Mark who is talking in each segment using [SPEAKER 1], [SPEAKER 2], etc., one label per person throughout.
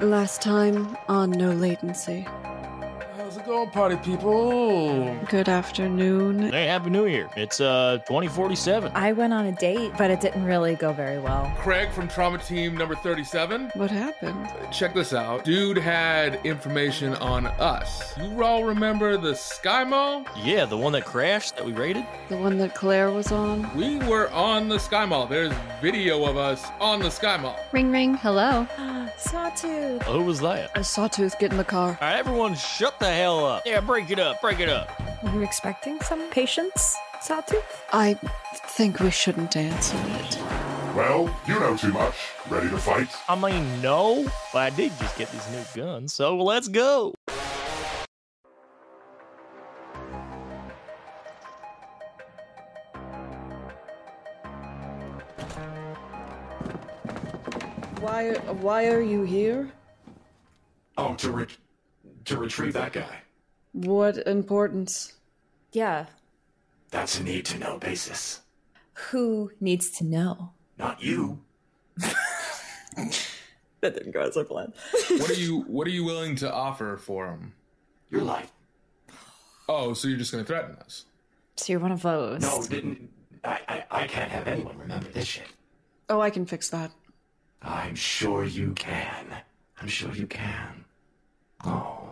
[SPEAKER 1] Last time on No Latency.
[SPEAKER 2] How's it going, party people?
[SPEAKER 1] Good afternoon.
[SPEAKER 3] Hey, Happy New Year. It's uh 2047.
[SPEAKER 4] I went on a date, but it didn't really go very well.
[SPEAKER 2] Craig from Trauma Team number 37.
[SPEAKER 1] What happened?
[SPEAKER 2] Check this out. Dude had information on us. You all remember the SkyMall?
[SPEAKER 3] Yeah, the one that crashed that we raided?
[SPEAKER 1] The one that Claire was on?
[SPEAKER 2] We were on the SkyMall. There's video of us on the SkyMall.
[SPEAKER 5] Ring ring, hello.
[SPEAKER 4] Sawtooth.
[SPEAKER 3] Who was that?
[SPEAKER 1] A sawtooth, get in the car.
[SPEAKER 3] All right, everyone, shut the hell up. Yeah, break it up. Break it up.
[SPEAKER 4] Were you expecting some patience, Sawtooth?
[SPEAKER 1] I think we shouldn't answer it.
[SPEAKER 6] Well, you know too much. Ready to fight?
[SPEAKER 3] I mean, no, but I did just get these new guns, so let's go.
[SPEAKER 1] Why why are you here?
[SPEAKER 7] Oh, to re- to retrieve that guy.
[SPEAKER 1] What importance?
[SPEAKER 4] Yeah.
[SPEAKER 7] That's a need to know basis.
[SPEAKER 4] Who needs to know?
[SPEAKER 7] Not you.
[SPEAKER 4] That didn't go as I planned.
[SPEAKER 2] What are you what are you willing to offer for him?
[SPEAKER 7] Your life.
[SPEAKER 2] Oh, so you're just gonna threaten us.
[SPEAKER 4] So you're one of those.
[SPEAKER 7] No, didn't. I, I, I can't have anyone remember this shit.
[SPEAKER 1] Oh, I can fix that.
[SPEAKER 7] I'm sure you can. I'm sure you can. Oh.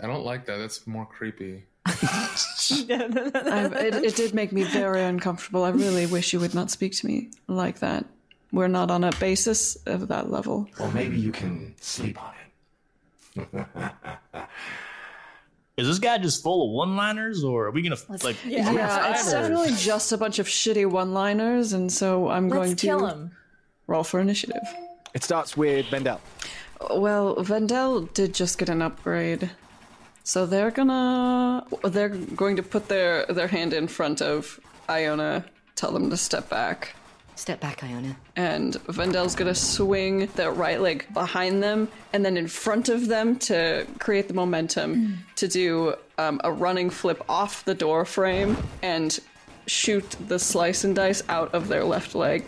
[SPEAKER 2] I don't like that. That's more creepy.
[SPEAKER 1] I, it, it did make me very uncomfortable. I really wish you would not speak to me like that. We're not on a basis of that level.
[SPEAKER 7] Well, maybe you can sleep on it.
[SPEAKER 3] Is this guy just full of one-liners, or are we gonna like?
[SPEAKER 1] Yeah,
[SPEAKER 3] One-liners?
[SPEAKER 1] it's definitely just a bunch of shitty one-liners, and so I'm going
[SPEAKER 4] Let's
[SPEAKER 1] to
[SPEAKER 4] kill him.
[SPEAKER 1] roll for initiative.
[SPEAKER 8] It starts with Vendel.
[SPEAKER 1] Well, Vendel did just get an upgrade, so they're gonna they're going to put their their hand in front of Iona, tell them to step back,
[SPEAKER 9] Step back, Iona.
[SPEAKER 1] and Vendel's gonna swing their right leg behind them and then in front of them to create the momentum to do um, a running flip off the door frame and shoot the slice and dice out of their left leg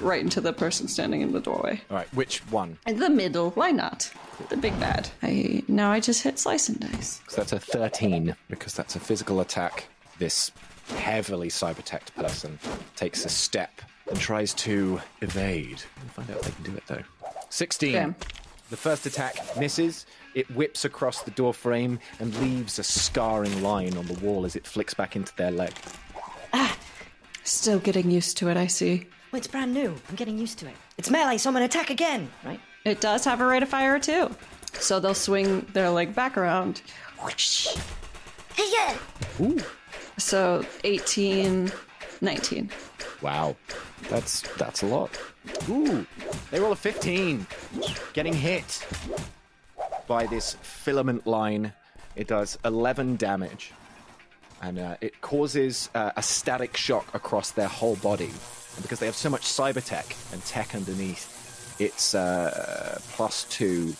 [SPEAKER 1] right into the person standing in the doorway.
[SPEAKER 8] All right, which one?
[SPEAKER 1] In the middle, why not? The big bad. I now I just hit slice and dice.
[SPEAKER 8] So that's a 13, because that's a physical attack. This heavily cyber-teched person takes a step and tries to evade. We'll find out if they can do it, though. 16.
[SPEAKER 1] Damn.
[SPEAKER 8] The first attack misses. It whips across the door frame and leaves a scarring line on the wall as it flicks back into their leg.
[SPEAKER 1] Ah, Still getting used to it, I see.
[SPEAKER 9] Well, it's brand new. I'm getting used to it. It's melee, so I'm gonna attack again, right?
[SPEAKER 1] It does have a rate of fire too. So they'll swing their leg back around.
[SPEAKER 9] Yeah.
[SPEAKER 1] So 18, 19.
[SPEAKER 8] Wow. That's that's a lot. Ooh, they roll a 15. Getting hit by this filament line. It does 11 damage. And uh, it causes uh, a static shock across their whole body. And because they have so much cyber tech and tech underneath, it's uh, plus two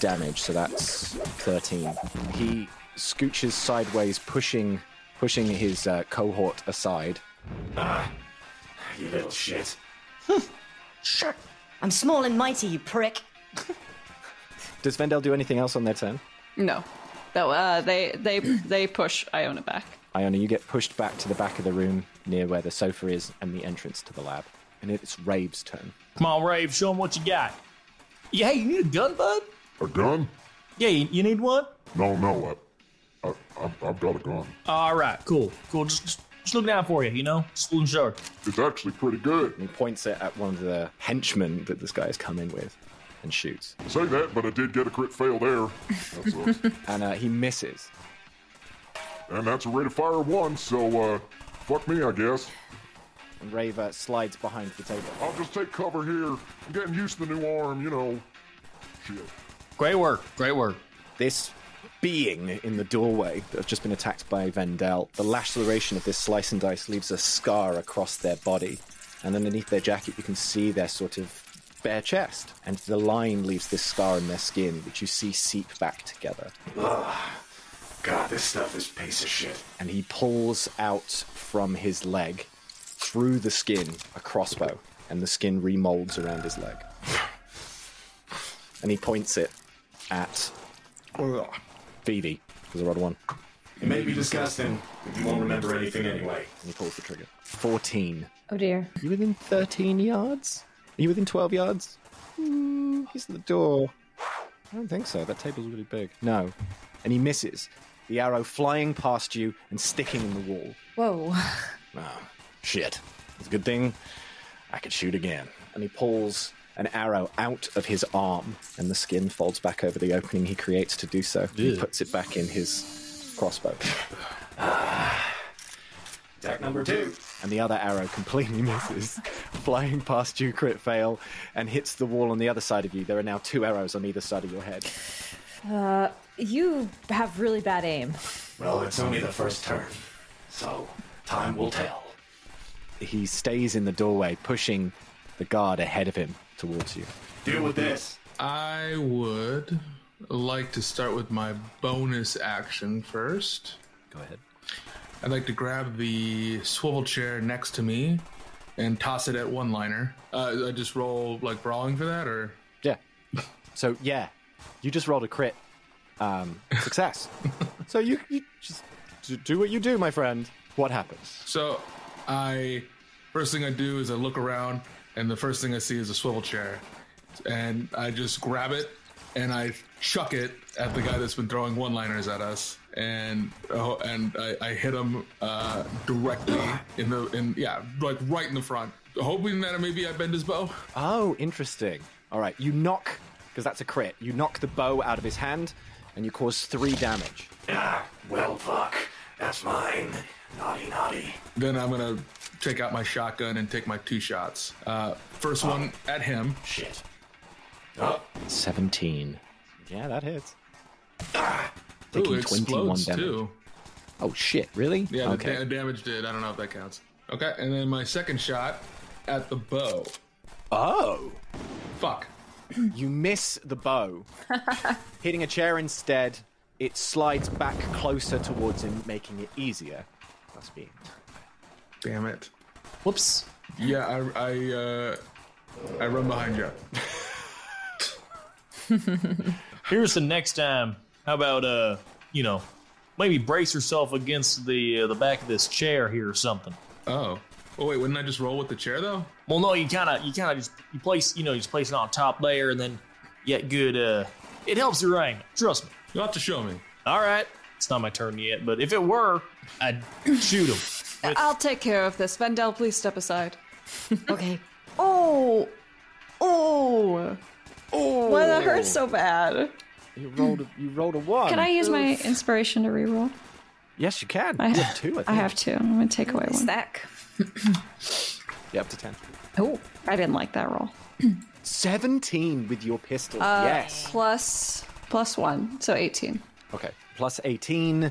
[SPEAKER 8] damage, so that's 13. He scooches sideways, pushing, pushing his uh, cohort aside.
[SPEAKER 7] Ah, You little shit.
[SPEAKER 9] Sure. I'm small and mighty, you prick.
[SPEAKER 8] Does Vendel do anything else on their turn?
[SPEAKER 1] No. No, uh, they they they push Iona back.
[SPEAKER 8] Iona, you get pushed back to the back of the room near where the sofa is and the entrance to the lab. And it's Rave's turn.
[SPEAKER 3] Come on, Rave, show him what you got. Yeah, hey, you need a gun, bud?
[SPEAKER 6] A gun?
[SPEAKER 3] Yeah, you, you need one.
[SPEAKER 6] No, no. I, I, I've, I've got a gun.
[SPEAKER 3] All right, cool, cool. Just, just, just look down for you, you know. Just looking sharp.
[SPEAKER 6] It's actually pretty good.
[SPEAKER 8] And he points it at one of the henchmen that this guy has come in with and shoots.
[SPEAKER 6] Say that, but I did get a crit fail there. That sucks.
[SPEAKER 8] And uh, he misses.
[SPEAKER 6] and that's a rate of fire of one, so uh, fuck me, I guess.
[SPEAKER 8] And Rave uh, slides behind the table.
[SPEAKER 6] I'll just take cover here. I'm getting used to the new arm, you know. Shit.
[SPEAKER 3] Great work, great work.
[SPEAKER 8] this being in the doorway that have just been attacked by Vendel. The laceration of this slice and dice leaves a scar across their body, and underneath their jacket, you can see their sort of bare chest, and the line leaves this scar in their skin, which you see seep back together.
[SPEAKER 7] God, this stuff is piece of shit.
[SPEAKER 8] And he pulls out from his leg, through the skin, a crossbow, and the skin remolds around his leg. And he points it at Phoebe. Because I rolled a one.
[SPEAKER 7] It may be disgusting, but you won't remember anything anyway.
[SPEAKER 8] And he pulls the trigger. 14.
[SPEAKER 4] Oh dear.
[SPEAKER 8] Are you within 13 yards? Are you within 12 yards? Hmm, he's at the door. I don't think so. That table's really big. No. And he misses. The arrow flying past you and sticking in the wall.
[SPEAKER 4] Whoa.
[SPEAKER 8] Oh, shit. It's a good thing I could shoot again. And he pulls an arrow out of his arm, and the skin folds back over the opening he creates to do so. He puts it back in his crossbow.
[SPEAKER 7] Attack number two.
[SPEAKER 8] and the other arrow completely misses, flying past you, crit fail, and hits the wall on the other side of you. There are now two arrows on either side of your head.
[SPEAKER 4] Uh, You have really bad aim.
[SPEAKER 7] Well, it's only the first turn, so time will tell.
[SPEAKER 8] He stays in the doorway, pushing the guard ahead of him towards you.
[SPEAKER 7] Deal with this.
[SPEAKER 2] I would like to start with my bonus action first.
[SPEAKER 8] Go ahead.
[SPEAKER 2] I'd like to grab the swivel chair next to me and toss it at one liner. Uh, I just roll like brawling for that, or
[SPEAKER 8] Yeah. So yeah, you just rolled a crit um, success. so you, you just d- do what you do, my friend. What happens?
[SPEAKER 2] so. I first thing I do is I look around, and the first thing I see is a swivel chair, and I just grab it and I chuck it at the guy that's been throwing one liners at us, and oh, and I, I hit him uh, directly in the in yeah like right in the front, hoping that maybe I bend his bow.
[SPEAKER 8] Oh, interesting. All right, you knock because that's a crit. You knock the bow out of his hand, and you cause three damage.
[SPEAKER 7] Ah, well, fuck. That's mine. Naughty, naughty.
[SPEAKER 2] Then I'm gonna take out my shotgun and take my two shots. Uh, first one at him.
[SPEAKER 7] Oh. Shit. Oh,
[SPEAKER 8] 17. Yeah, that hits.
[SPEAKER 2] Ooh,
[SPEAKER 8] Taking
[SPEAKER 2] it
[SPEAKER 8] 21
[SPEAKER 2] explodes
[SPEAKER 8] damage.
[SPEAKER 2] too.
[SPEAKER 8] Oh shit, really?
[SPEAKER 2] Yeah, the
[SPEAKER 8] okay.
[SPEAKER 2] da- damage did. I don't know if that counts. Okay, and then my second shot at the bow.
[SPEAKER 8] oh!
[SPEAKER 2] Fuck.
[SPEAKER 8] You miss the bow. Hitting a chair instead, it slides back closer towards him, making it easier. Must be.
[SPEAKER 2] Damn it.
[SPEAKER 3] Whoops.
[SPEAKER 2] Yeah, I I, uh, I run behind you.
[SPEAKER 3] Here's the next time. How about uh, you know, maybe brace yourself against the uh, the back of this chair here or something.
[SPEAKER 2] Oh. Oh wait, wouldn't I just roll with the chair though?
[SPEAKER 3] Well, no, you kind of you kind of just you place you know you just place it on top there, and then you get good. uh It helps your aim. Trust me.
[SPEAKER 2] You'll have to show me.
[SPEAKER 3] All right, it's not my turn yet, but if it were, I'd shoot him.
[SPEAKER 1] I'll take care of this. Vendel, please step aside.
[SPEAKER 9] Okay.
[SPEAKER 1] Oh. Oh.
[SPEAKER 8] Oh!
[SPEAKER 1] Why that hurt so bad?
[SPEAKER 8] You rolled. A, you rolled a one.
[SPEAKER 5] Can I use my inspiration to reroll?
[SPEAKER 8] Yes, you can.
[SPEAKER 5] I
[SPEAKER 8] you
[SPEAKER 5] have-
[SPEAKER 8] have two. I, think.
[SPEAKER 5] I have to. I'm going to take away one.
[SPEAKER 4] Stack.
[SPEAKER 8] Yeah, up to ten.
[SPEAKER 5] Oh, I didn't like that roll. Uh,
[SPEAKER 8] Seventeen with your pistol.
[SPEAKER 1] Uh,
[SPEAKER 8] yes.
[SPEAKER 1] Plus.
[SPEAKER 5] Plus one, so 18.
[SPEAKER 8] Okay. Plus eighteen.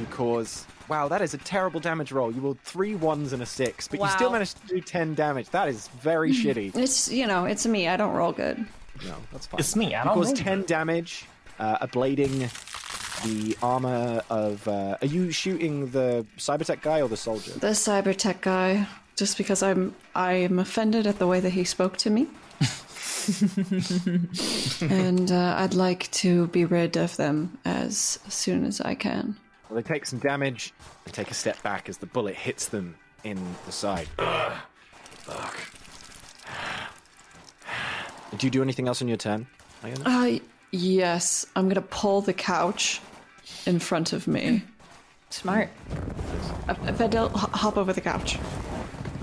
[SPEAKER 8] You cause. Wow, that is a terrible damage roll. You rolled three ones and a six, but you
[SPEAKER 1] Wow.
[SPEAKER 8] still
[SPEAKER 1] Mm.
[SPEAKER 8] managed to do ten damage. That is very shitty.
[SPEAKER 5] Mm. It's, you know, it's me. I don't roll good.
[SPEAKER 8] No, that's fine.
[SPEAKER 3] It's me. I
[SPEAKER 8] You
[SPEAKER 3] don't
[SPEAKER 8] cause
[SPEAKER 3] know.
[SPEAKER 8] ten damage, uh, ablating the armor of. Uh, are you shooting the cybertech guy or the soldier?
[SPEAKER 1] The cyber tech guy.
[SPEAKER 5] Just because I'm I'm offended at the way that he spoke to me. and uh, I'd like to be rid of them as soon as I can.
[SPEAKER 8] Well, they take some damage. They take a step back as the bullet hits them in the side. Do you do anything else on your turn? Iona?
[SPEAKER 1] Uh, yes, I'm gonna pull the couch in front of me.
[SPEAKER 4] Smart.
[SPEAKER 1] Uh, Vendel, h- hop over the couch.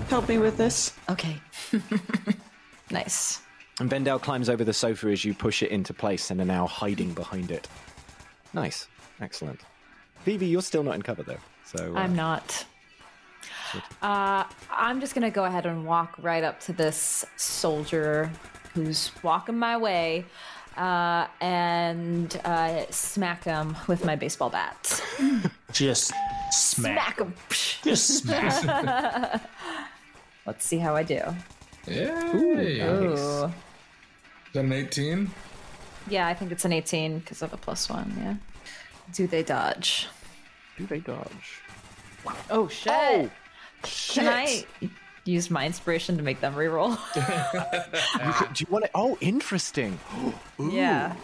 [SPEAKER 1] Help me with this.
[SPEAKER 9] Okay.
[SPEAKER 4] Nice.
[SPEAKER 8] And Vendel climbs over the sofa as you push it into place and are now hiding behind it. Nice. Excellent. Phoebe, you're still not in cover, though. So uh,
[SPEAKER 4] I'm not. Uh, I'm just gonna go ahead and walk right up to this soldier who's walking my way, uh, and uh, smack him with my baseball bat.
[SPEAKER 3] Just smack.
[SPEAKER 4] Smack him.
[SPEAKER 3] Just smack.
[SPEAKER 4] Let's see how I do.
[SPEAKER 2] Hey.
[SPEAKER 4] Ooh.
[SPEAKER 2] Is that an 18?
[SPEAKER 4] Yeah, I think it's an 18 because of a plus one. Yeah. Do they dodge?
[SPEAKER 8] do they dodge?
[SPEAKER 4] Oh shit! Can I use my inspiration to make them reroll?
[SPEAKER 8] Do you want it? Oh, interesting.
[SPEAKER 4] yeah.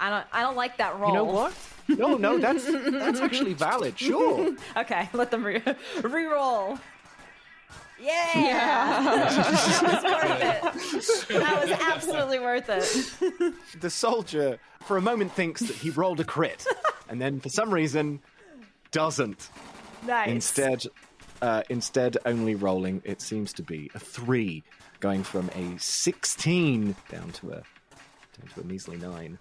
[SPEAKER 4] I don't. I don't like that roll.
[SPEAKER 8] You know what? No, no, that's that's actually valid. Sure.
[SPEAKER 4] Okay, let them re- re-roll. Yeah, that was worth it. That was absolutely worth it.
[SPEAKER 8] The soldier, for a moment, thinks that he rolled a crit, and then for some reason, doesn't.
[SPEAKER 4] Nice.
[SPEAKER 8] Instead, uh, instead only rolling. It seems to be a three, going from a sixteen down to a down to a measly nine.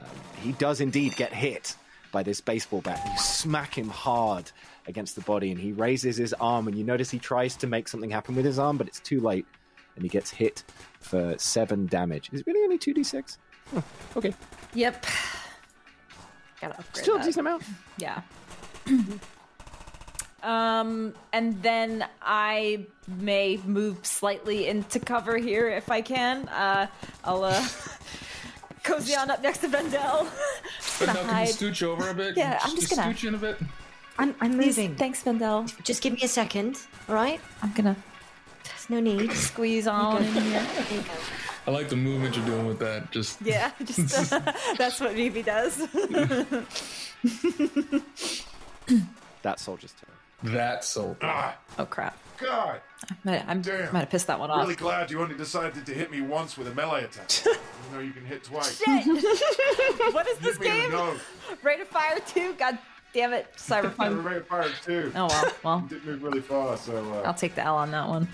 [SPEAKER 8] Um, he does indeed get hit by this baseball bat. You smack him hard against the body, and he raises his arm. And you notice he tries to make something happen with his arm, but it's too late, and he gets hit for seven damage. Is it really only two d six? Okay,
[SPEAKER 4] Yep. Gotta upgrade
[SPEAKER 8] still a
[SPEAKER 4] that.
[SPEAKER 8] decent amount.
[SPEAKER 4] Yeah. um, and then I may move slightly into cover here if I can. Uh, I'll uh, cozy on up next to Vendel.
[SPEAKER 2] But now can you
[SPEAKER 4] hide.
[SPEAKER 2] scooch over a bit?
[SPEAKER 4] Yeah, I'm just gonna-
[SPEAKER 2] scooch in a bit.
[SPEAKER 9] I'm, I'm moving.
[SPEAKER 4] Thanks, Vendel.
[SPEAKER 9] Just give me a second, all right?
[SPEAKER 4] I'm gonna
[SPEAKER 9] There's no need.
[SPEAKER 4] squeeze on in here.
[SPEAKER 9] There you go.
[SPEAKER 2] I like the movement you're doing with that. Just
[SPEAKER 4] Yeah, just uh, that's what Vivi does.
[SPEAKER 8] That soldier's turn.
[SPEAKER 2] that soul.
[SPEAKER 4] oh crap!
[SPEAKER 10] God
[SPEAKER 4] Might, I'm,
[SPEAKER 10] Damn.
[SPEAKER 4] might have pissed that one off.
[SPEAKER 10] really glad you only decided to hit me once with a melee attack. you know you can hit twice.
[SPEAKER 4] what is this
[SPEAKER 10] Hit me in
[SPEAKER 4] game?
[SPEAKER 10] the nose.
[SPEAKER 4] Rate of Fire Two. God damn it,
[SPEAKER 10] I was
[SPEAKER 4] Cyberpunk.
[SPEAKER 10] rate of fire too.
[SPEAKER 4] oh well, well, Oh.
[SPEAKER 10] Didn't move really far, so uh,
[SPEAKER 4] I'll take the L on that one.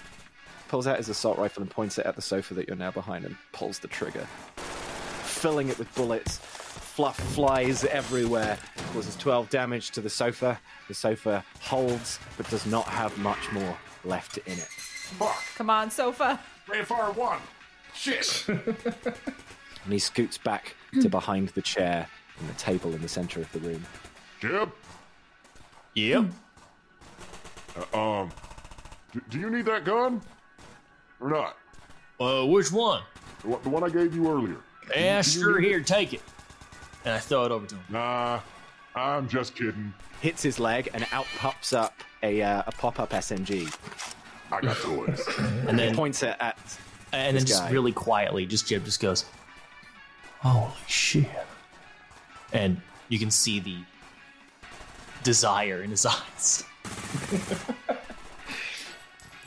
[SPEAKER 8] pulls out his assault rifle and points it at the sofa that you're now behind and pulls the trigger, filling it with bullets. Fluff flies everywhere, causes 12 damage to the sofa. The sofa holds, but does not have much more left in it.
[SPEAKER 10] fuck.
[SPEAKER 4] Come on, sofa.
[SPEAKER 10] Rate of fire one. Shit.
[SPEAKER 8] And he scoots back to behind the chair and the table in the center of the room.
[SPEAKER 6] Jeb,
[SPEAKER 3] Yep.
[SPEAKER 6] uh, um, do, do you need that gun or not?
[SPEAKER 3] Uh, which one?
[SPEAKER 6] The one- the one I gave you earlier.
[SPEAKER 3] Yeah, sure. Here, take it. And I throw it over to him.
[SPEAKER 6] Nah, I'm just kidding.
[SPEAKER 8] Hits his leg and out pops up a, uh, a pop up SMG.
[SPEAKER 6] I got toys.
[SPEAKER 3] And then,
[SPEAKER 8] Points it at.
[SPEAKER 3] and then
[SPEAKER 8] this
[SPEAKER 3] just
[SPEAKER 8] guy.
[SPEAKER 3] really quietly, just Jeb just goes,
[SPEAKER 8] Oh.
[SPEAKER 3] "Holy shit!" And you can see the desire in his eyes,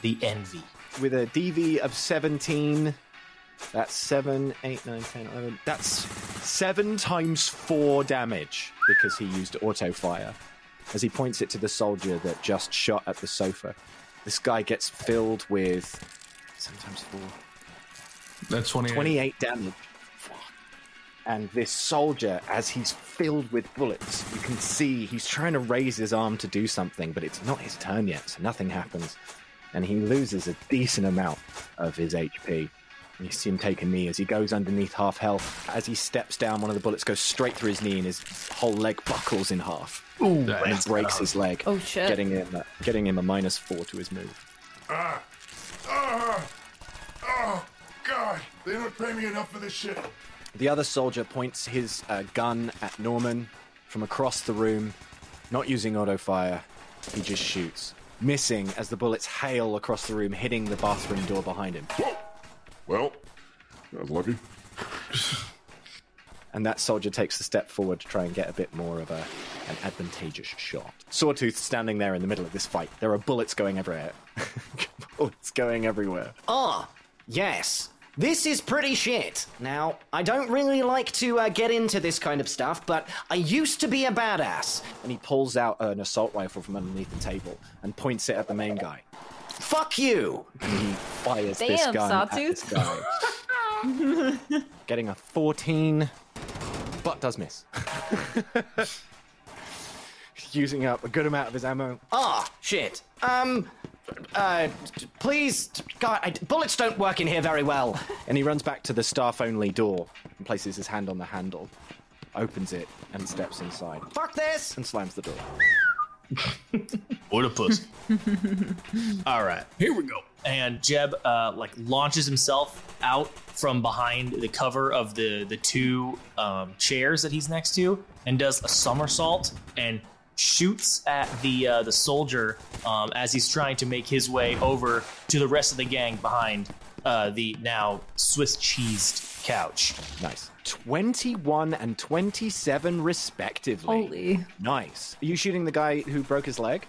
[SPEAKER 3] the envy.
[SPEAKER 8] with a DV of 17. That's 7, 8, 9, 10, 11. That's 7 times 4 damage because he used auto fire. As he points it to the soldier that just shot at the sofa, this guy gets filled with sometimes 4,
[SPEAKER 2] That's 28.
[SPEAKER 8] 28 damage. And this soldier, as he's filled with bullets, you can see he's trying to raise his arm to do something, but it's not his turn yet, so nothing happens. And he loses a decent amount of his HP. You see him take a knee as he goes underneath half health. As he steps down, one of the bullets goes straight through his knee, and his whole leg buckles in half. Ooh, and he breaks his leg.
[SPEAKER 4] Oh, shit.
[SPEAKER 8] Getting him, a, getting him a minus four to his move.
[SPEAKER 10] Ah. oh God, they don't pay me enough for this shit.
[SPEAKER 8] The other soldier points his uh, gun at Norman from across the room, not using auto fire. He just shoots, missing as the bullets hail across the room, hitting the bathroom door behind him.
[SPEAKER 6] well, that was lucky.
[SPEAKER 8] And that soldier takes a step forward to try and get a bit more of a, an advantageous shot. Sawtooth standing there in the middle of this fight. There are bullets going everywhere. bullets going everywhere.
[SPEAKER 11] Ah, yes. This is pretty shit. Now, I don't really like to uh, get into this kind of stuff, but I used to be a badass.
[SPEAKER 8] And he pulls out an assault rifle from underneath the table and points it at the main guy.
[SPEAKER 11] Fuck you.
[SPEAKER 8] fires this
[SPEAKER 4] Damn,
[SPEAKER 8] gun at
[SPEAKER 4] sawtooth.
[SPEAKER 8] this guy. Getting a 14, but does miss. Using up a good amount of his ammo.
[SPEAKER 11] Ah, shit. Um, uh, t- please, t- God, I, bullets don't work in here very well.
[SPEAKER 8] And he runs back to the staff only door and places his hand on the handle, opens it, and steps inside
[SPEAKER 11] Fuck this.
[SPEAKER 8] and slams the door.
[SPEAKER 3] What a pussy. All right, here we go. And Jeb uh, like launches himself out from behind the cover of the the two um, chairs that he's next to, and does a somersault and shoots at the uh, the soldier um, as he's trying to make his way over to the rest of the gang behind uh, the now Swiss cheesed couch.
[SPEAKER 8] Nice. 21 and 27 respectively.
[SPEAKER 4] Holy.
[SPEAKER 8] Nice. Are you shooting the guy who broke his leg?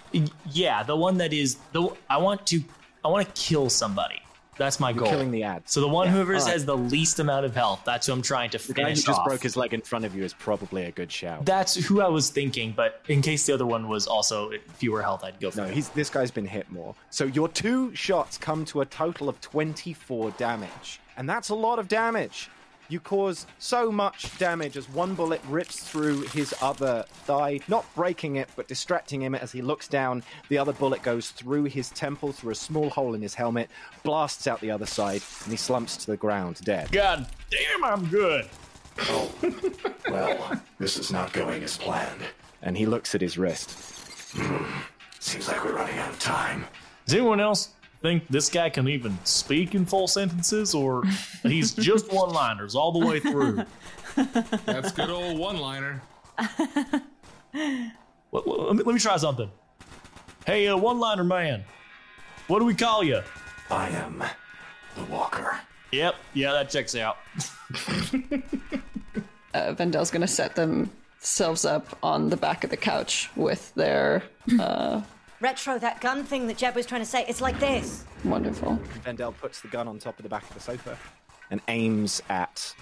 [SPEAKER 3] Yeah, the one that is the I want to I want to kill somebody. That's my goal.
[SPEAKER 8] killing the ads.
[SPEAKER 3] So the one
[SPEAKER 8] Yeah,
[SPEAKER 3] whoever
[SPEAKER 8] alright.
[SPEAKER 3] has the least amount of health. That's who I'm trying to
[SPEAKER 8] The guy who
[SPEAKER 3] finish
[SPEAKER 8] just
[SPEAKER 3] off.
[SPEAKER 8] broke his leg in front of you is probably a good shout.
[SPEAKER 3] That's who I was thinking, but in case the other one was also fewer health, I'd go for
[SPEAKER 8] No,
[SPEAKER 3] him.
[SPEAKER 8] he's this guy's been hit more. So your two shots come to a total of 24 damage. And that's a lot of damage. You cause so much damage as one bullet rips through his other thigh, not breaking it, but distracting him as he looks down. The other bullet goes through his temple, through a small hole in his helmet, blasts out the other side, and he slumps to the ground dead.
[SPEAKER 3] God damn, I'm good.
[SPEAKER 7] Well, this is not going as planned. Hmm.
[SPEAKER 8] And he looks at his wrist.
[SPEAKER 7] Seems like we're running out of time.
[SPEAKER 3] Does anyone else think this guy can even speak in full sentences, or he's just one-liners all the way through?
[SPEAKER 2] That's good old one-liner.
[SPEAKER 3] Wha- wha- Let me, let me try something. Hey, uh, one-liner man, what do we call you?
[SPEAKER 7] I am the Walker.
[SPEAKER 3] Yep, yeah, that checks out.
[SPEAKER 1] uh, Vendel's gonna set themselves up on the back of the couch with their uh,
[SPEAKER 9] Retro, that gun thing that Jeb was trying to say, it's like this.
[SPEAKER 1] wonderful.
[SPEAKER 8] Vendel puts the gun on top of the back of the sofa and aims at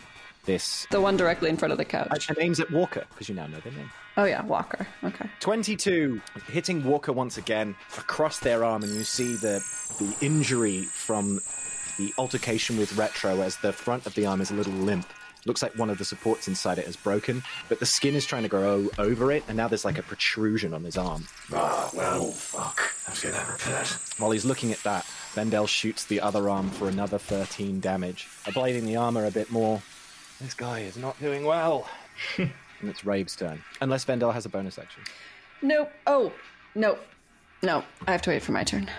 [SPEAKER 8] this.
[SPEAKER 1] The one directly in front of the
[SPEAKER 8] Uh,
[SPEAKER 1] couch.
[SPEAKER 8] And aims at Walker, because you now know their name.
[SPEAKER 1] Oh yeah, Walker. Okay.
[SPEAKER 8] 22, hitting Walker once again across their arm, and you see the, the injury from the altercation with Retro as the front of the arm is a little limp. Looks like one of the supports inside it is broken, but the skin is trying to grow over it, and now there's like a protrusion on his arm.
[SPEAKER 7] Ah, well, fuck. I was gonna have that.
[SPEAKER 8] While he's looking at that, Vendel shoots the other arm for another 13 damage, ablating the armor a bit more. This guy is not doing well. and it's Rabe's turn. Unless Vendel has a bonus action.
[SPEAKER 1] Nope. Oh, nope. No, I have to wait for my turn.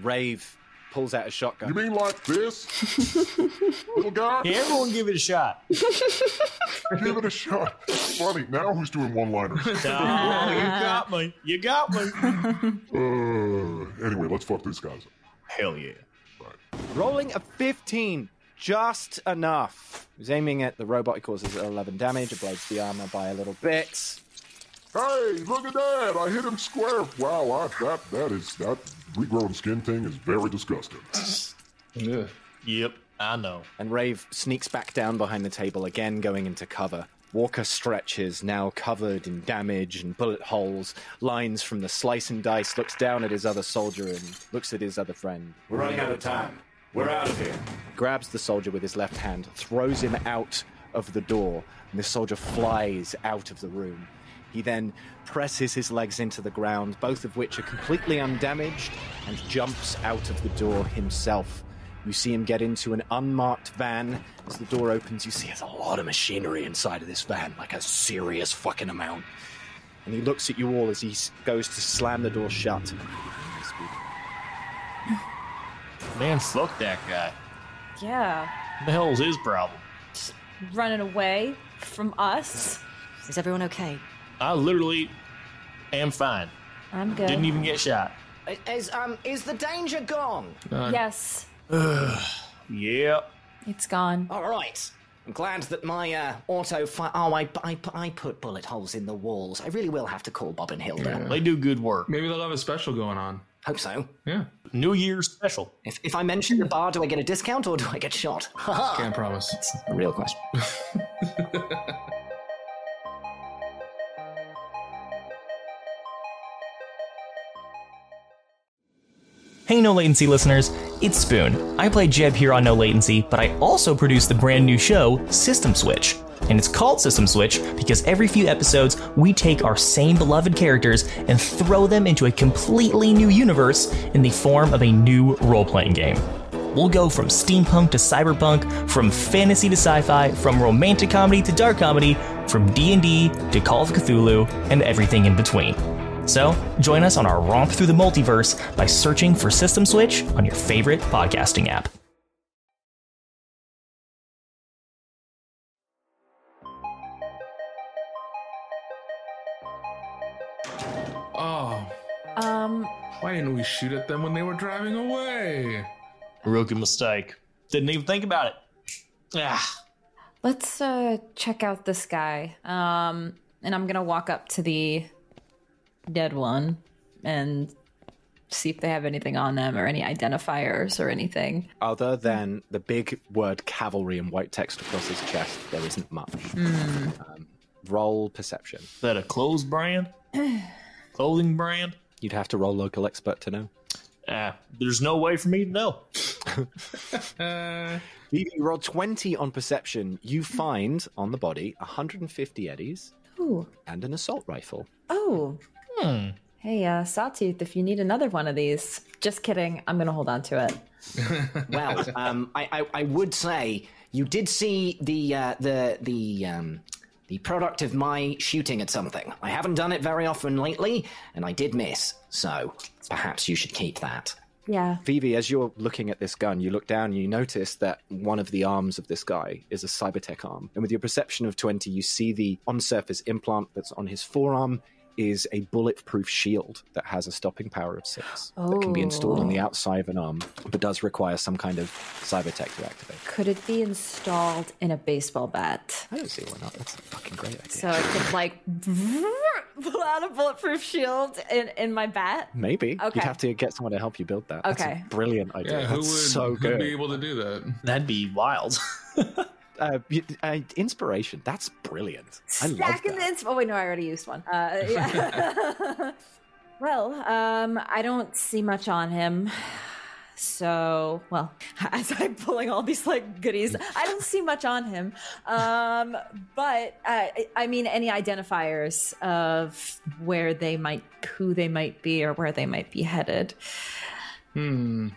[SPEAKER 8] Rave pulls out a shotgun.
[SPEAKER 6] You mean like this? Little guy?
[SPEAKER 3] Yeah, everyone give it a shot.
[SPEAKER 6] Give it a shot. Funny, now who's doing one liners?
[SPEAKER 3] you
[SPEAKER 4] Uh.
[SPEAKER 3] got me. You got me.
[SPEAKER 6] uh, anyway, let's fuck these guys up.
[SPEAKER 3] Hell yeah.
[SPEAKER 8] Rolling a 15, just enough. He's aiming at the robot. He causes 11 damage, ablates the armor by a little bit.
[SPEAKER 6] Hey, look at that! I hit him square. Wow, I, that that is that regrown skin thing is very disgusting.
[SPEAKER 3] Yep, I know.
[SPEAKER 8] And Rave sneaks back down behind the table again, going into cover. Walker stretches, now covered in damage and bullet holes, lines from the slice and dice, looks down at his other soldier and looks at his other friend.
[SPEAKER 7] We're running out of time. We're out of here.
[SPEAKER 8] grabs the soldier with his left hand, throws him out of the door, and the soldier flies out of the room. He then presses his legs into the ground, both of which are completely undamaged, and jumps out of the door himself. You see him get into an unmarked van. As the door opens, you see there's a lot of machinery inside of this van, like a serious fucking amount. And he looks at you all as he s- goes to slam the door shut.
[SPEAKER 3] Man, fuck that guy.
[SPEAKER 4] Yeah.
[SPEAKER 3] What the hell is his problem?
[SPEAKER 4] Running away from us.
[SPEAKER 9] Is everyone okay?
[SPEAKER 3] I literally am fine.
[SPEAKER 4] I'm good.
[SPEAKER 3] Didn't even get shot.
[SPEAKER 11] Is um is the danger gone?
[SPEAKER 4] Uh, yes,
[SPEAKER 3] yep.
[SPEAKER 4] it's gone.
[SPEAKER 11] All right. I'm glad that my uh, auto fire. Oh, I, I, I put bullet holes in the walls. I really will have to call Bob and Hilda.
[SPEAKER 2] Yeah.
[SPEAKER 3] They do good work.
[SPEAKER 2] Maybe they'll have a special going on.
[SPEAKER 11] Hope so.
[SPEAKER 2] Yeah.
[SPEAKER 3] New Year's special.
[SPEAKER 11] If, if I mention the bar, do I get a discount or do I get shot? Haha.
[SPEAKER 2] Can't promise.
[SPEAKER 11] a real question.
[SPEAKER 3] Hey, No Latency listeners, it's Spoon. I play Jeb here on No Latency, but I also produce the brand new show, System Switch. And it's called System Switch because every few episodes, we take our same beloved characters and throw them into a completely new universe in the form of a new role playing game. We'll go from steampunk to cyberpunk, from fantasy to sci-fi, from romantic comedy to dark comedy, from D&D to Call of Cthulhu and everything in between. So, join us on our romp through the multiverse by searching for System Switch on your favorite podcasting app.
[SPEAKER 2] Oh,
[SPEAKER 4] Um,
[SPEAKER 2] why didn't we shoot at them when they were driving away?
[SPEAKER 3] Rookie mistake. Didn't even think about it. Ah.
[SPEAKER 4] Let's uh, check out this guy. Um, and I'm gonna walk up to the dead one and see if they have anything on them or any identifiers or anything.
[SPEAKER 8] Other than the big word cavalry in white text across his chest, there isn't much.
[SPEAKER 4] Hmm.
[SPEAKER 8] Um, roll perception. Is
[SPEAKER 3] that a clothes brand? Clothing brand?
[SPEAKER 8] You'd have to roll local expert to know.
[SPEAKER 3] Ah, there's no way for me to know.
[SPEAKER 8] Vivi, you rolled 20 on perception. You find on the body 150 eddies
[SPEAKER 4] Ooh.
[SPEAKER 8] and an assault rifle.
[SPEAKER 4] Oh.
[SPEAKER 3] Hmm.
[SPEAKER 4] Hey, uh, Sawtooth, if you need another one of these. Just kidding. I'm gonna hold on to it.
[SPEAKER 11] well, um, I, I, I would say you did see the uh, the the um, the product of my shooting at something. I haven't done it very often lately, and I did miss. So perhaps you should keep that.
[SPEAKER 4] Yeah.
[SPEAKER 8] Vivi, as you're looking at this gun, you look down and you notice that one of the arms of this guy is a cybertech arm. And with your perception of 20, you see the on surface implant that's on his forearm is a bulletproof shield that has a stopping power of six that can be installed on the
[SPEAKER 4] Oh.
[SPEAKER 8] outside of an arm, but does require some kind of cybertech to activate.
[SPEAKER 4] Could it be installed in a baseball bat?
[SPEAKER 8] I don't see why not. That's a fucking great idea.
[SPEAKER 4] So it could like pull out a bulletproof shield in, in my bat.
[SPEAKER 8] Maybe.
[SPEAKER 4] Okay.
[SPEAKER 8] You'd have to get someone to help you build that. That's
[SPEAKER 4] Okay.
[SPEAKER 8] a brilliant idea.
[SPEAKER 2] Yeah, who would
[SPEAKER 8] That's so
[SPEAKER 2] who'd
[SPEAKER 8] good.
[SPEAKER 2] be able to do that?
[SPEAKER 3] That'd be wild.
[SPEAKER 8] uh, you- uh, inspiration. That's brilliant. I love
[SPEAKER 4] Stack in the ins- Oh wait, no, I already used one. Uh, yeah. well, um, I don't see much on him. So, well, as I'm pulling all these like goodies, I don't see much on him. Um, but uh, I- I mean, any identifiers of where they might, who they might be, or where they might be headed.
[SPEAKER 2] Hmm.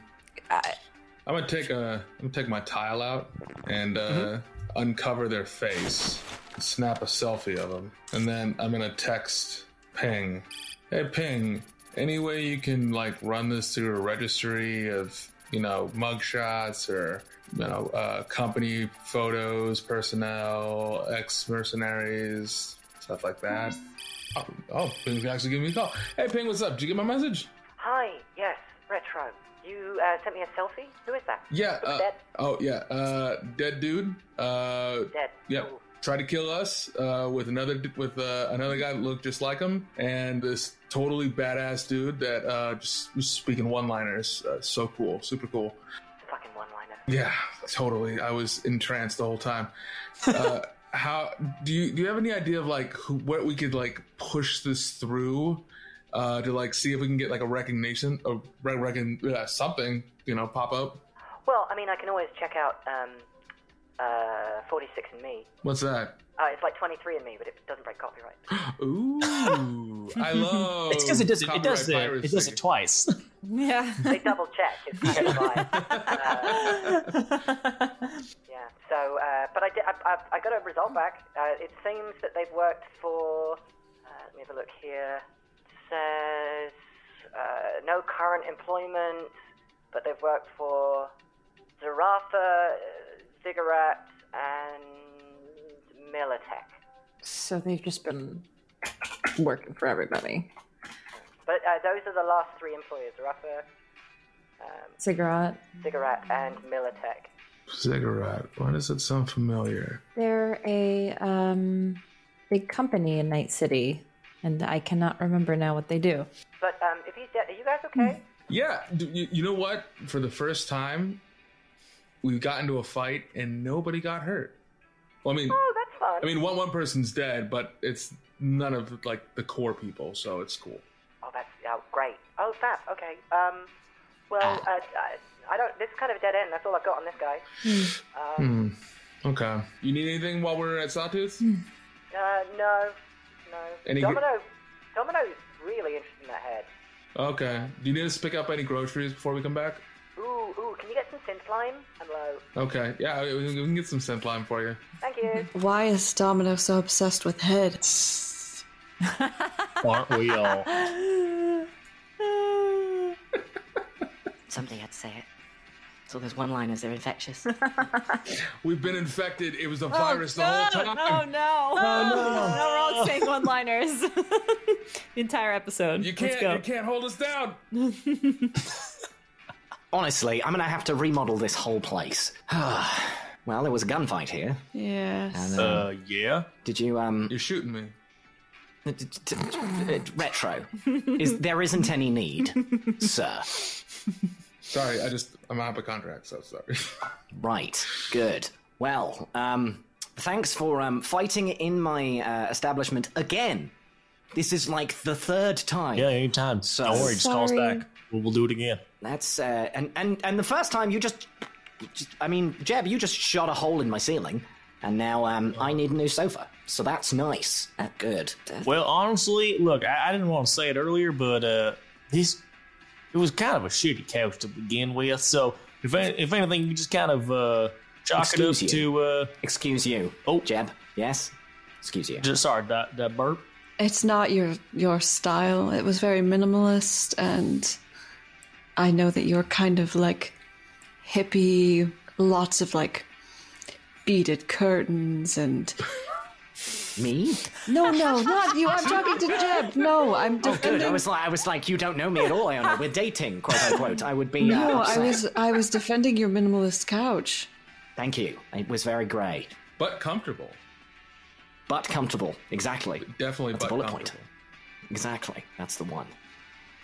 [SPEAKER 2] I'm gonna take a. I'm gonna take my tile out and uh, uncover their face, snap a selfie of them, and then I'm gonna text Ping. Hey Ping, any way you can like run this through a registry of you know mugshots or you know uh, company photos, personnel, ex mercenaries, stuff like that. Oh, oh, Ping's actually giving me a call. Hey Ping, what's up? Did you get my message?
[SPEAKER 12] Hi, yes, Retro. You uh, sent me a selfie? Who is that?
[SPEAKER 2] Yeah.
[SPEAKER 12] Who's
[SPEAKER 2] uh,
[SPEAKER 12] that?
[SPEAKER 2] Oh, yeah. Uh, dead dude. Uh,
[SPEAKER 12] Dead.
[SPEAKER 2] Yeah. Tried to kill us uh, with another d- with uh, another guy that looked just like him, and this totally badass dude that uh, just was speaking one liners. Uh, so cool, super cool.
[SPEAKER 12] Fucking one liner.
[SPEAKER 2] Yeah, totally. I was entranced the whole time. Uh, how do you do you have any idea of like who, what we could like push this through uh, to like see if we can get like a recognition, a re- recon, uh, something you know pop up?
[SPEAKER 12] Well, I mean, I can always check out um, uh, 46 and Me.
[SPEAKER 2] What's that?
[SPEAKER 12] Uh, it's like 23 and Me, but it doesn't break copyright.
[SPEAKER 2] Ooh, I love.
[SPEAKER 3] It's 'cause it does it- it does
[SPEAKER 2] copyright
[SPEAKER 3] it- it does it twice.
[SPEAKER 4] Yeah.
[SPEAKER 12] they double check. It's kind of fine. Uh, yeah. So, uh, but I, did, I, I, I got a result back. Uh, it seems that they've worked for. Uh, let me have a look here. It says uh, no current employment, but they've worked for Zarafa, uh, Ziggurat, and Militech.
[SPEAKER 4] So they've just been working for everybody.
[SPEAKER 12] But uh, those are the last three employers: Zarafa, um,
[SPEAKER 4] Cigarette.
[SPEAKER 12] Ziggurat, and Militech.
[SPEAKER 2] Cigarette. Why does it sound familiar?
[SPEAKER 4] They're a um, big company in Night City, and I cannot remember now what they do.
[SPEAKER 12] But um, if he's dead, are you guys okay?
[SPEAKER 2] Yeah, d- you, you know what? For the first time, we got into a fight and nobody got hurt. Well, I mean,
[SPEAKER 12] Oh, that's fun.
[SPEAKER 2] I mean, one one person's dead, but it's none of like the core people, so it's cool.
[SPEAKER 12] oh, that's oh, great. Oh, fab. Okay. Um, well, uh, I, I don't. This is kind of a dead end. That's all I've got on this guy. Um,
[SPEAKER 2] Hmm. Okay. You need anything while we're at Sawtooth?
[SPEAKER 12] uh, no, no.
[SPEAKER 2] Any gr-
[SPEAKER 12] Domino, Domino's really interested in that head.
[SPEAKER 2] Okay. Do you need us to pick up any groceries before we come back?
[SPEAKER 12] Ooh, ooh. Can you get some synth lime? I'm low.
[SPEAKER 2] Okay. Yeah, we we can get some scent lime for you.
[SPEAKER 12] Thank you.
[SPEAKER 5] Why is Domino so obsessed with head?
[SPEAKER 3] Aren't we all?
[SPEAKER 9] Somebody had to say it. It's all those one-liners. They're infectious.
[SPEAKER 2] We've been infected. It was a virus the whole time.
[SPEAKER 4] Oh, no!
[SPEAKER 2] Oh, no.
[SPEAKER 4] Now we're all saying one-liners. the entire episode.
[SPEAKER 2] You can't,
[SPEAKER 4] Let's go.
[SPEAKER 2] you can't hold us down.
[SPEAKER 11] honestly, I'm gonna have to remodel this whole place. well, there was a gunfight here.
[SPEAKER 5] Yes.
[SPEAKER 11] And, um,
[SPEAKER 3] Uh, yeah.
[SPEAKER 11] Did you um?
[SPEAKER 2] You're shooting me.
[SPEAKER 11] Retro. Is there isn't any need, sir?
[SPEAKER 2] Sorry, I just I'm out of contract, so sorry.
[SPEAKER 11] Right. Good. Well, um, thanks for um fighting in my uh, establishment again. This is like the third time.
[SPEAKER 3] Yeah, anytime.
[SPEAKER 11] So
[SPEAKER 3] Don't worry, just call us back. We'll, we'll do it again.
[SPEAKER 11] That's uh, and and and the first time you just, you just, I mean, Jeb, you just shot a hole in my ceiling, and now um, I need a new sofa. So that's nice. Uh, good.
[SPEAKER 3] Well, honestly, look, I, I didn't want to say it earlier, but uh, this it was kind of a shitty couch to begin with. So if a- if anything, you just kind of uh, chalk
[SPEAKER 11] Excuse
[SPEAKER 3] it up
[SPEAKER 11] you.
[SPEAKER 3] to uh,
[SPEAKER 11] excuse you.
[SPEAKER 3] Oh,
[SPEAKER 11] Jeb, yes, excuse you.
[SPEAKER 3] sorry, that that burp.
[SPEAKER 5] It's not your your style. It was very minimalist, and I know that you're kind of like hippie. Lots of like beaded curtains and
[SPEAKER 11] me.
[SPEAKER 5] No, no, not you. I'm talking to Jeb. No, I'm
[SPEAKER 11] Oh, good. I
[SPEAKER 5] defending.
[SPEAKER 11] was like, I was like, you don't know me at all, Iona. We're dating, quote unquote. I would be.
[SPEAKER 5] no,
[SPEAKER 11] uh,
[SPEAKER 5] I
[SPEAKER 11] upset.
[SPEAKER 5] was I was defending your minimalist couch.
[SPEAKER 11] Thank you. It was very grey,
[SPEAKER 2] but comfortable.
[SPEAKER 11] but comfortable. Exactly.
[SPEAKER 2] Definitely
[SPEAKER 11] That's a
[SPEAKER 2] but
[SPEAKER 11] bullet
[SPEAKER 2] comfortable.
[SPEAKER 11] point. Exactly. That's the one.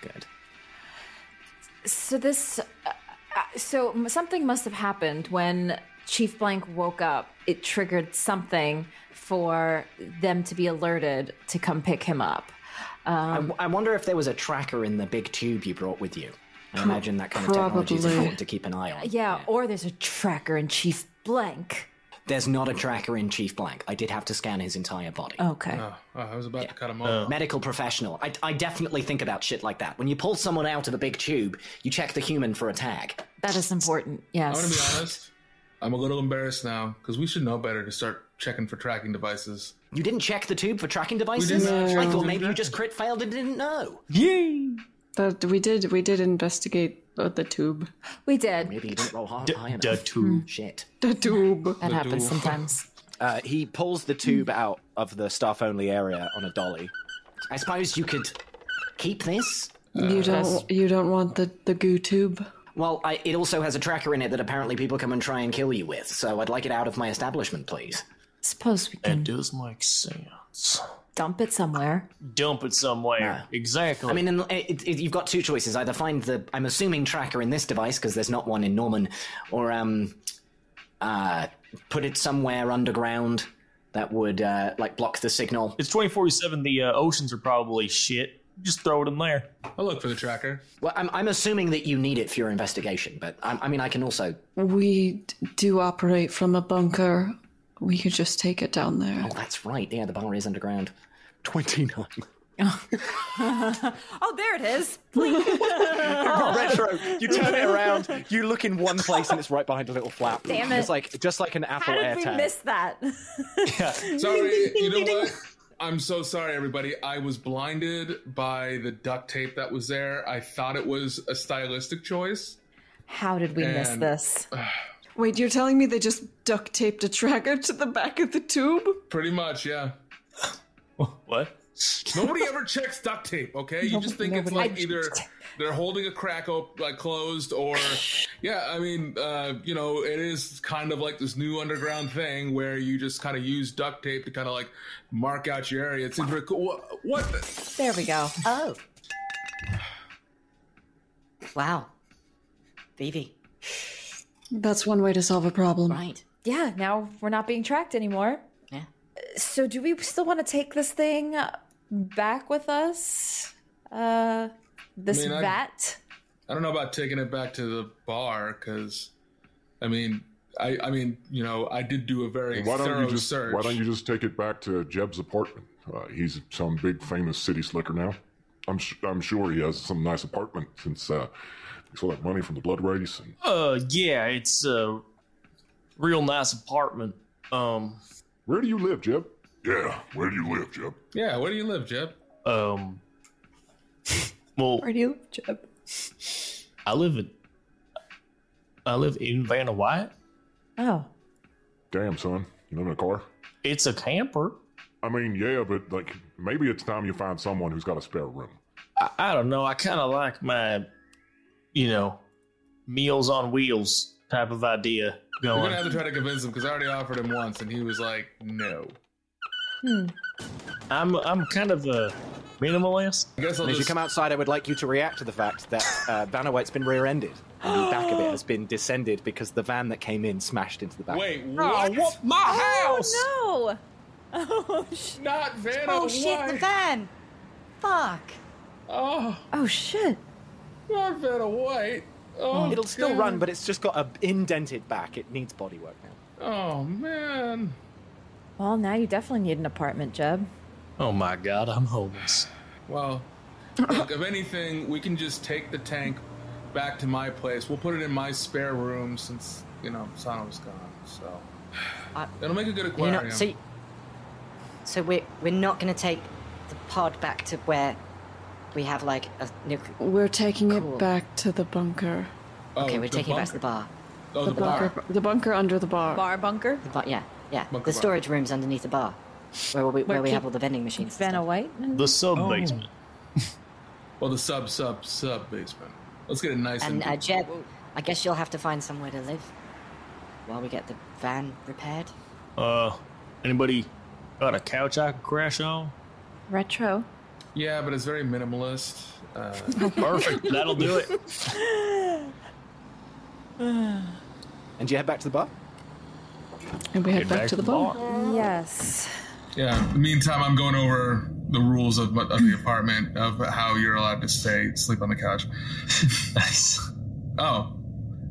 [SPEAKER 11] Good.
[SPEAKER 4] So this, uh, uh, so m- something must have happened when Chief Blank woke up. It triggered something for them to be alerted to come pick him up. Um,
[SPEAKER 11] I, w- I wonder if there was a tracker in the big tube you brought with you. I imagine that kind of technology is
[SPEAKER 4] Probably.
[SPEAKER 11] important to keep an eye on.
[SPEAKER 4] Yeah, or there's a tracker in Chief Blank.
[SPEAKER 11] There's not a tracker in Chief Blank. I did have to scan his entire body.
[SPEAKER 4] Okay.
[SPEAKER 2] Oh, I was about to cut him
[SPEAKER 3] off.
[SPEAKER 11] Medical professional. I, I definitely think about shit like that. When you pull someone out of a big tube, you check the human for a tag.
[SPEAKER 4] That is important. Yes.
[SPEAKER 2] I'm gonna be honest. I'm a little embarrassed now because we should know better to start checking for tracking devices.
[SPEAKER 11] You didn't check the tube for tracking
[SPEAKER 2] We
[SPEAKER 11] devices?
[SPEAKER 2] did not check
[SPEAKER 11] I
[SPEAKER 2] the
[SPEAKER 11] thought
[SPEAKER 2] tube
[SPEAKER 11] maybe you just crit failed and didn't know.
[SPEAKER 3] Yay!
[SPEAKER 5] But we did we did investigate uh, the tube.
[SPEAKER 4] We did.
[SPEAKER 11] Maybe you didn't roll hard, high enough. Shit.
[SPEAKER 5] The tube.
[SPEAKER 4] Hmm. That happens sometimes. Hmm.
[SPEAKER 8] Uh, he pulls the tube out of the staff only area on a dolly.
[SPEAKER 11] I suppose you could keep this.
[SPEAKER 2] Uh,
[SPEAKER 5] you don't you don't want the the goo tube.
[SPEAKER 11] Well, I, it also has a tracker in it that apparently people come and try and kill you with, so I'd like it out of my establishment, please.
[SPEAKER 4] Suppose we
[SPEAKER 3] That does make sense.
[SPEAKER 4] dump it somewhere.
[SPEAKER 3] Dump it
[SPEAKER 11] Uh,
[SPEAKER 3] somewhere. Exactly.
[SPEAKER 11] I mean, in, it, it, you've got two choices. Either find the, I'm assuming, tracker in this device, because there's not one in Norman, or um, uh, put it somewhere underground that would, uh, like, block the signal.
[SPEAKER 3] it's 2047. The uh, oceans are probably shit. Just throw it in there.
[SPEAKER 2] I'll look for the tracker.
[SPEAKER 11] Well, I'm, I'm assuming that you need it for your investigation, but um, I, I mean, I can also.
[SPEAKER 5] We d- do operate from a bunker. We could just take it down there.
[SPEAKER 11] Oh, that's right. Yeah, the bar is underground. 29.
[SPEAKER 4] oh, there it is.
[SPEAKER 8] Retro, you turn it around, you look in one place and it's right behind a little flap.
[SPEAKER 4] Damn it.
[SPEAKER 8] It's like just like an Apple
[SPEAKER 4] How did we
[SPEAKER 8] AirTag.
[SPEAKER 4] miss that?
[SPEAKER 2] Sorry, you know what? I'm so sorry, everybody. I was blinded by the duct tape that was there. I thought it was a stylistic choice.
[SPEAKER 4] How did we miss
[SPEAKER 2] And-
[SPEAKER 4] this?
[SPEAKER 5] Wait, you're telling me they just duct taped a tracker to the back of the tube?
[SPEAKER 2] Pretty much, yeah.
[SPEAKER 3] What?
[SPEAKER 2] Nobody ever checks duct tape, okay? You just think it's like either they're holding a crack op- like closed or yeah, I mean, uh, you know, it is kind of like this new underground thing where you just kind of use duct tape to kind of like mark out your area. It's pretty cool. What? what the-
[SPEAKER 4] There we go.
[SPEAKER 9] Oh. Wow. Vivi.
[SPEAKER 5] That's one way to solve a problem.
[SPEAKER 9] Right.
[SPEAKER 4] Yeah, now we're not being tracked anymore.
[SPEAKER 9] Yeah.
[SPEAKER 4] So, do we still want to take this thing back with us? Uh, this
[SPEAKER 2] Man, I-
[SPEAKER 4] vat?
[SPEAKER 2] I don't know about taking it back to the bar cuz I mean, I I mean, you know, I did do a very
[SPEAKER 6] Why don't
[SPEAKER 2] thorough
[SPEAKER 6] you just
[SPEAKER 2] search.
[SPEAKER 6] Why don't you just take it back to Jeb's apartment? Uh, he's some big famous city slicker now. I'm sh- I'm sure he has some nice apartment since uh, he's all that money from the blood race. And
[SPEAKER 3] Uh, yeah, it's a real nice apartment. Um,
[SPEAKER 6] where do you live, Jeb? yeah, where do you live, Jeb?
[SPEAKER 2] Yeah, where do you live, Jeb?
[SPEAKER 3] Um, well,
[SPEAKER 5] Where do you live, Jeb?
[SPEAKER 3] I live in I live in Vanna White.
[SPEAKER 4] Oh.
[SPEAKER 6] Damn, son, you live in a car.
[SPEAKER 3] It's a camper.
[SPEAKER 6] I mean, yeah, but like maybe it's time you find someone who's got a spare room.
[SPEAKER 3] I, I don't know. I kind of like my, you know, meals on wheels type of idea
[SPEAKER 2] We're
[SPEAKER 3] going.
[SPEAKER 2] gonna have to try to convince him because I already offered him once, and he was like, "No."
[SPEAKER 4] Hmm.
[SPEAKER 3] I'm I'm kind of a minimalist.
[SPEAKER 2] I guess I'll
[SPEAKER 8] and as you
[SPEAKER 2] just-
[SPEAKER 8] come outside, I would like you to react to the fact that uh, Vanna White's been rear-ended, and the back of it has been descended because the van that came in smashed into the back.
[SPEAKER 2] Wait,
[SPEAKER 4] what?
[SPEAKER 2] My house!
[SPEAKER 4] Oh, no! Oh, sh-
[SPEAKER 2] Not Vanna
[SPEAKER 9] Oh shit, the
[SPEAKER 2] White.
[SPEAKER 9] van! Fuck!
[SPEAKER 2] Oh.
[SPEAKER 4] Oh shit.
[SPEAKER 2] Not Vanna White. Oh,
[SPEAKER 8] It'll still
[SPEAKER 2] God.
[SPEAKER 8] run, but it's just got an indented back. It needs bodywork now.
[SPEAKER 2] Oh man.
[SPEAKER 4] Well, now you definitely need an apartment, Jeb.
[SPEAKER 3] Oh my god, I'm homeless.
[SPEAKER 2] Well, look, if anything, we can just take the tank back to my place. We'll put it in my spare room since you know Sano's gone. So it'll make a good
[SPEAKER 9] You're
[SPEAKER 2] aquarium.
[SPEAKER 9] not, so, so we're, we're not going to take the pod back to where we have like a nuclear.
[SPEAKER 5] We're taking
[SPEAKER 9] Cool.
[SPEAKER 5] it back to the bunker.
[SPEAKER 9] okay, we're taking it back to the bar.
[SPEAKER 2] Oh,
[SPEAKER 9] the bar.
[SPEAKER 5] bunker. The bunker under the bar.
[SPEAKER 4] Bar bunker?
[SPEAKER 9] The bar, yeah, yeah.
[SPEAKER 5] Bunker
[SPEAKER 9] the
[SPEAKER 5] bar.
[SPEAKER 9] storage room's underneath the bar, where we, where
[SPEAKER 4] Where
[SPEAKER 9] we have
[SPEAKER 4] keep-
[SPEAKER 9] all the vending machines. and
[SPEAKER 4] Vanna
[SPEAKER 9] stuff.
[SPEAKER 4] White?
[SPEAKER 3] The sub
[SPEAKER 2] Oh.
[SPEAKER 3] basement.
[SPEAKER 2] well, the sub sub sub basement. Let's get it nice
[SPEAKER 9] And
[SPEAKER 2] and,
[SPEAKER 9] uh, Jeb, I guess you'll have to find somewhere to live while we get the van repaired.
[SPEAKER 3] Uh, anybody got a couch I could crash on?
[SPEAKER 4] Retro.
[SPEAKER 2] yeah, but it's very minimalist. Uh,
[SPEAKER 3] Perfect. That'll do it.
[SPEAKER 8] And you head back to the bar?
[SPEAKER 5] And we head back, to the bar.
[SPEAKER 4] Yes.
[SPEAKER 2] Yeah. In the meantime, I'm going over the rules of, of the apartment of how you're allowed to stay sleep on the couch. nice. Oh,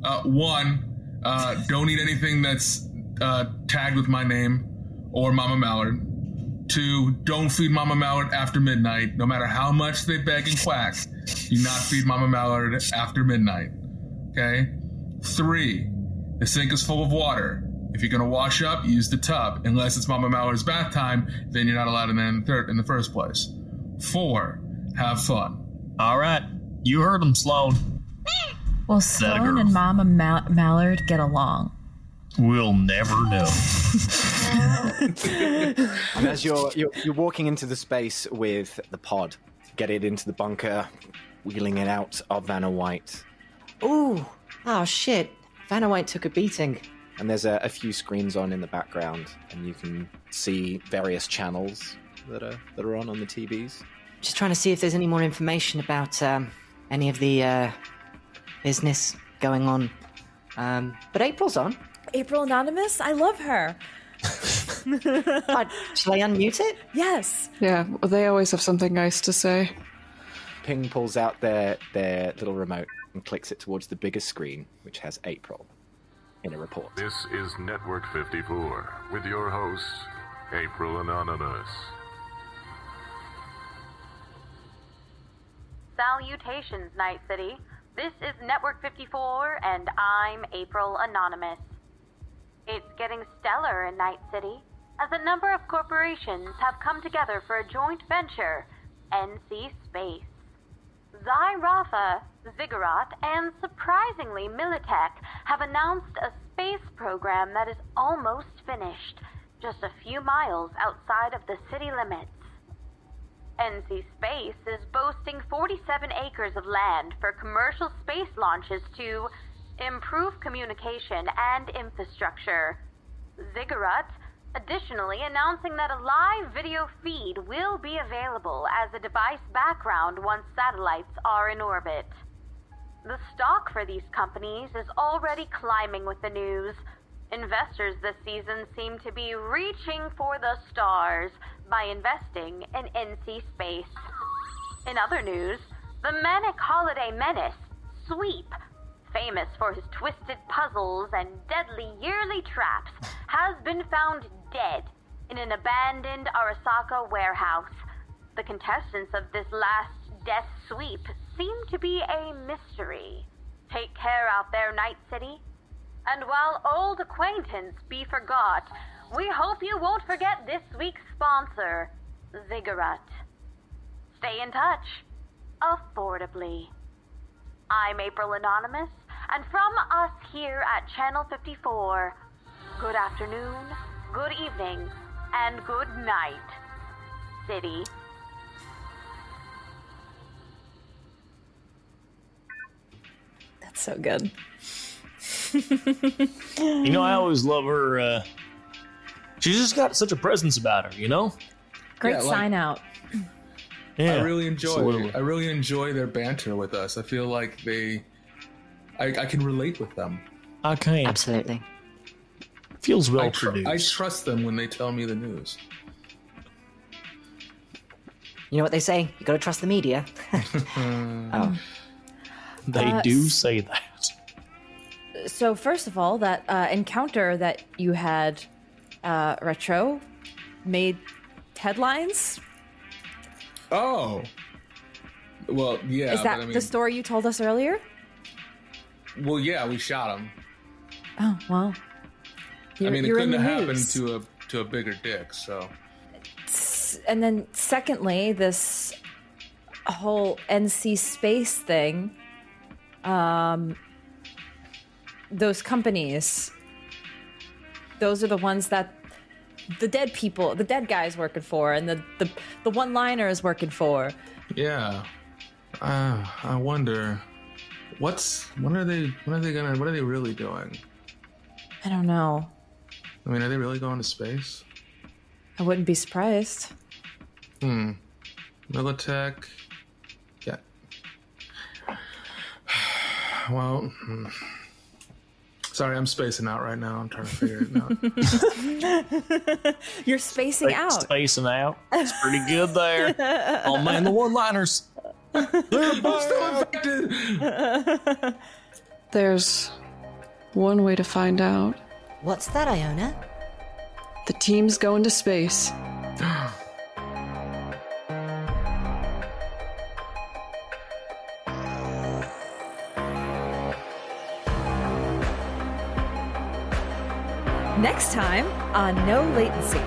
[SPEAKER 2] uh, one, uh, don't eat anything that's uh, tagged with my name or Mama Mallard. Two, don't feed Mama Mallard after midnight, no matter how much they beg and quack. Do not feed Mama Mallard after midnight. Okay. Three, the sink is full of water. If you're gonna wash up, use the tub. Unless it's Mama Mallard's bath time, then you're not allowed in there in the, third, in the first place. Four, have fun.
[SPEAKER 3] All right, you heard him, Sloan.
[SPEAKER 13] Will
[SPEAKER 3] That
[SPEAKER 13] Sloan
[SPEAKER 3] girl.
[SPEAKER 13] and Mama Mal- Mallard get along?
[SPEAKER 3] We'll never know.
[SPEAKER 8] And as you're, you're you're walking into the space with the pod, get it into the bunker, wheeling it out of Vanna White,
[SPEAKER 9] Ooh! Oh shit! Vanna White took a beating.
[SPEAKER 8] and there's a, a few screens on in the background, and you can see various channels that are that are on on the TVs.
[SPEAKER 9] Just trying to see if there's any more information about um, any of the uh, business going on. Um, but April's on.
[SPEAKER 4] April Anonymous? I love her. Uh,
[SPEAKER 9] Shall I unmute it?
[SPEAKER 4] Yes.
[SPEAKER 5] Yeah, well, they always have something nice to say.
[SPEAKER 8] Ping pulls out their their little remote and clicks it towards the bigger screen, which has April in a report.
[SPEAKER 14] This is Network 54 with your host, April Anonymous.
[SPEAKER 15] Salutations, Night City. This is Network 54, and I'm April Anonymous. It's getting stellar in Night City, as a number of corporations have come together for a joint venture, NC Space. Zyratha, Ziggurat, and surprisingly Militech have announced a space program that is almost finished, just a few miles outside of the city limits. NC Space is boasting 47 acres of land for commercial space launches to improve communication and infrastructure. Ziggurat additionally announcing that a live video feed will be available as a device background once satellites are in orbit. The stock for these companies is already climbing with the news. Investors this season seem to be reaching for the stars by investing in NC Space. In other news, the manic holiday menace, Sweep, famous for his twisted puzzles and deadly yearly traps, has been found dead in an abandoned Arasaka warehouse. The contestants of this last death sweep seem to be a mystery. Take care out there, Night City. And while old acquaintance be forgot, we hope you won't forget this week's sponsor, Ziggurat. Stay in touch, affordably. I'm April Anonymous, and from us here at Channel 54, good afternoon, good evening, and good night, City.
[SPEAKER 4] That's So good.
[SPEAKER 3] You know, I always love her. Uh, she's just got such a presence about her. You know.
[SPEAKER 4] Great
[SPEAKER 2] Yeah, like-
[SPEAKER 4] sign out.
[SPEAKER 2] I really enjoy.
[SPEAKER 3] absolutely.
[SPEAKER 2] I really enjoy their banter with us. I feel like they, I, I can relate with them.
[SPEAKER 3] Okay.
[SPEAKER 9] Absolutely.
[SPEAKER 3] Feels well
[SPEAKER 2] I, tr- I
[SPEAKER 3] produced.
[SPEAKER 2] trust them when they tell me the news.
[SPEAKER 9] You know what they say? You gotta trust the media.
[SPEAKER 2] Hmm.
[SPEAKER 9] oh.
[SPEAKER 3] They
[SPEAKER 4] Uh,
[SPEAKER 3] do say that.
[SPEAKER 4] So first of all, that uh, encounter that you had, uh, retro, made headlines.
[SPEAKER 2] Oh. Well, yeah.
[SPEAKER 4] Is that
[SPEAKER 2] but I mean,
[SPEAKER 4] the story you told us earlier?
[SPEAKER 2] Well, yeah, we shot him.
[SPEAKER 4] Oh well.
[SPEAKER 2] I
[SPEAKER 4] You're-
[SPEAKER 2] mean, it
[SPEAKER 4] you're
[SPEAKER 2] couldn't
[SPEAKER 4] in
[SPEAKER 2] have
[SPEAKER 4] the
[SPEAKER 2] happened
[SPEAKER 4] news.
[SPEAKER 2] to a to a bigger dick. So
[SPEAKER 4] S- And then secondly, this whole NC space thing. Um, those companies. Those are the ones that the dead people, the dead guys working for, and the the, the one liner is working for.
[SPEAKER 2] yeah, uh, I wonder what's when are they when are they gonna what are they really doing?
[SPEAKER 4] I don't know.
[SPEAKER 2] I mean, are they really going to space?
[SPEAKER 4] I wouldn't be surprised.
[SPEAKER 2] Hmm. Militech. Yeah. Well, hmm. sorry, I'm spacing out right now. I'm trying to figure it out.
[SPEAKER 4] You're spacing out.
[SPEAKER 3] Spacing out. It's pretty good there. oh man, the one-liners.
[SPEAKER 1] There's one way to find out.
[SPEAKER 9] What's that, Iona?
[SPEAKER 1] The team's going to space.
[SPEAKER 4] Next time on No Latency.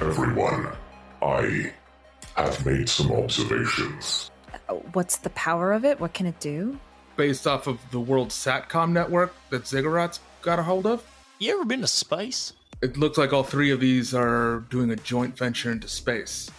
[SPEAKER 6] Everyone, I have made some observations.
[SPEAKER 4] What's the power of it? What can it do?
[SPEAKER 2] Based off of the world satcom network that Ziggurat's got a hold of.
[SPEAKER 3] You ever been to space?
[SPEAKER 2] It looks like all three of these are doing a joint venture into space.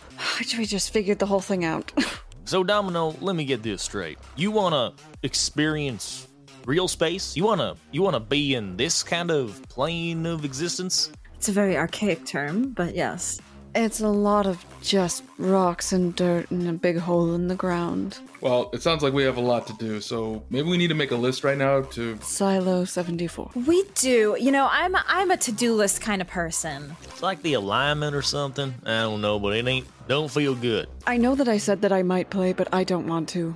[SPEAKER 1] We just figured the whole thing out.
[SPEAKER 3] So Domino, let me get this straight. You wanna experience real space? You wanna you wanna be in this kind of plane of existence?
[SPEAKER 4] It's a very archaic term, but yes.
[SPEAKER 1] It's a lot of just rocks and dirt and a big hole in the ground.
[SPEAKER 2] Well, it sounds like we have a lot to do, so maybe we need to make a list right now to.
[SPEAKER 1] Silo 74.
[SPEAKER 4] We do. You know, I'm I'm a to-do list kind of person.
[SPEAKER 3] It's like the alignment or something. I don't know, but it ain't don't feel good.
[SPEAKER 1] I know that I said that I might play, but I don't want to.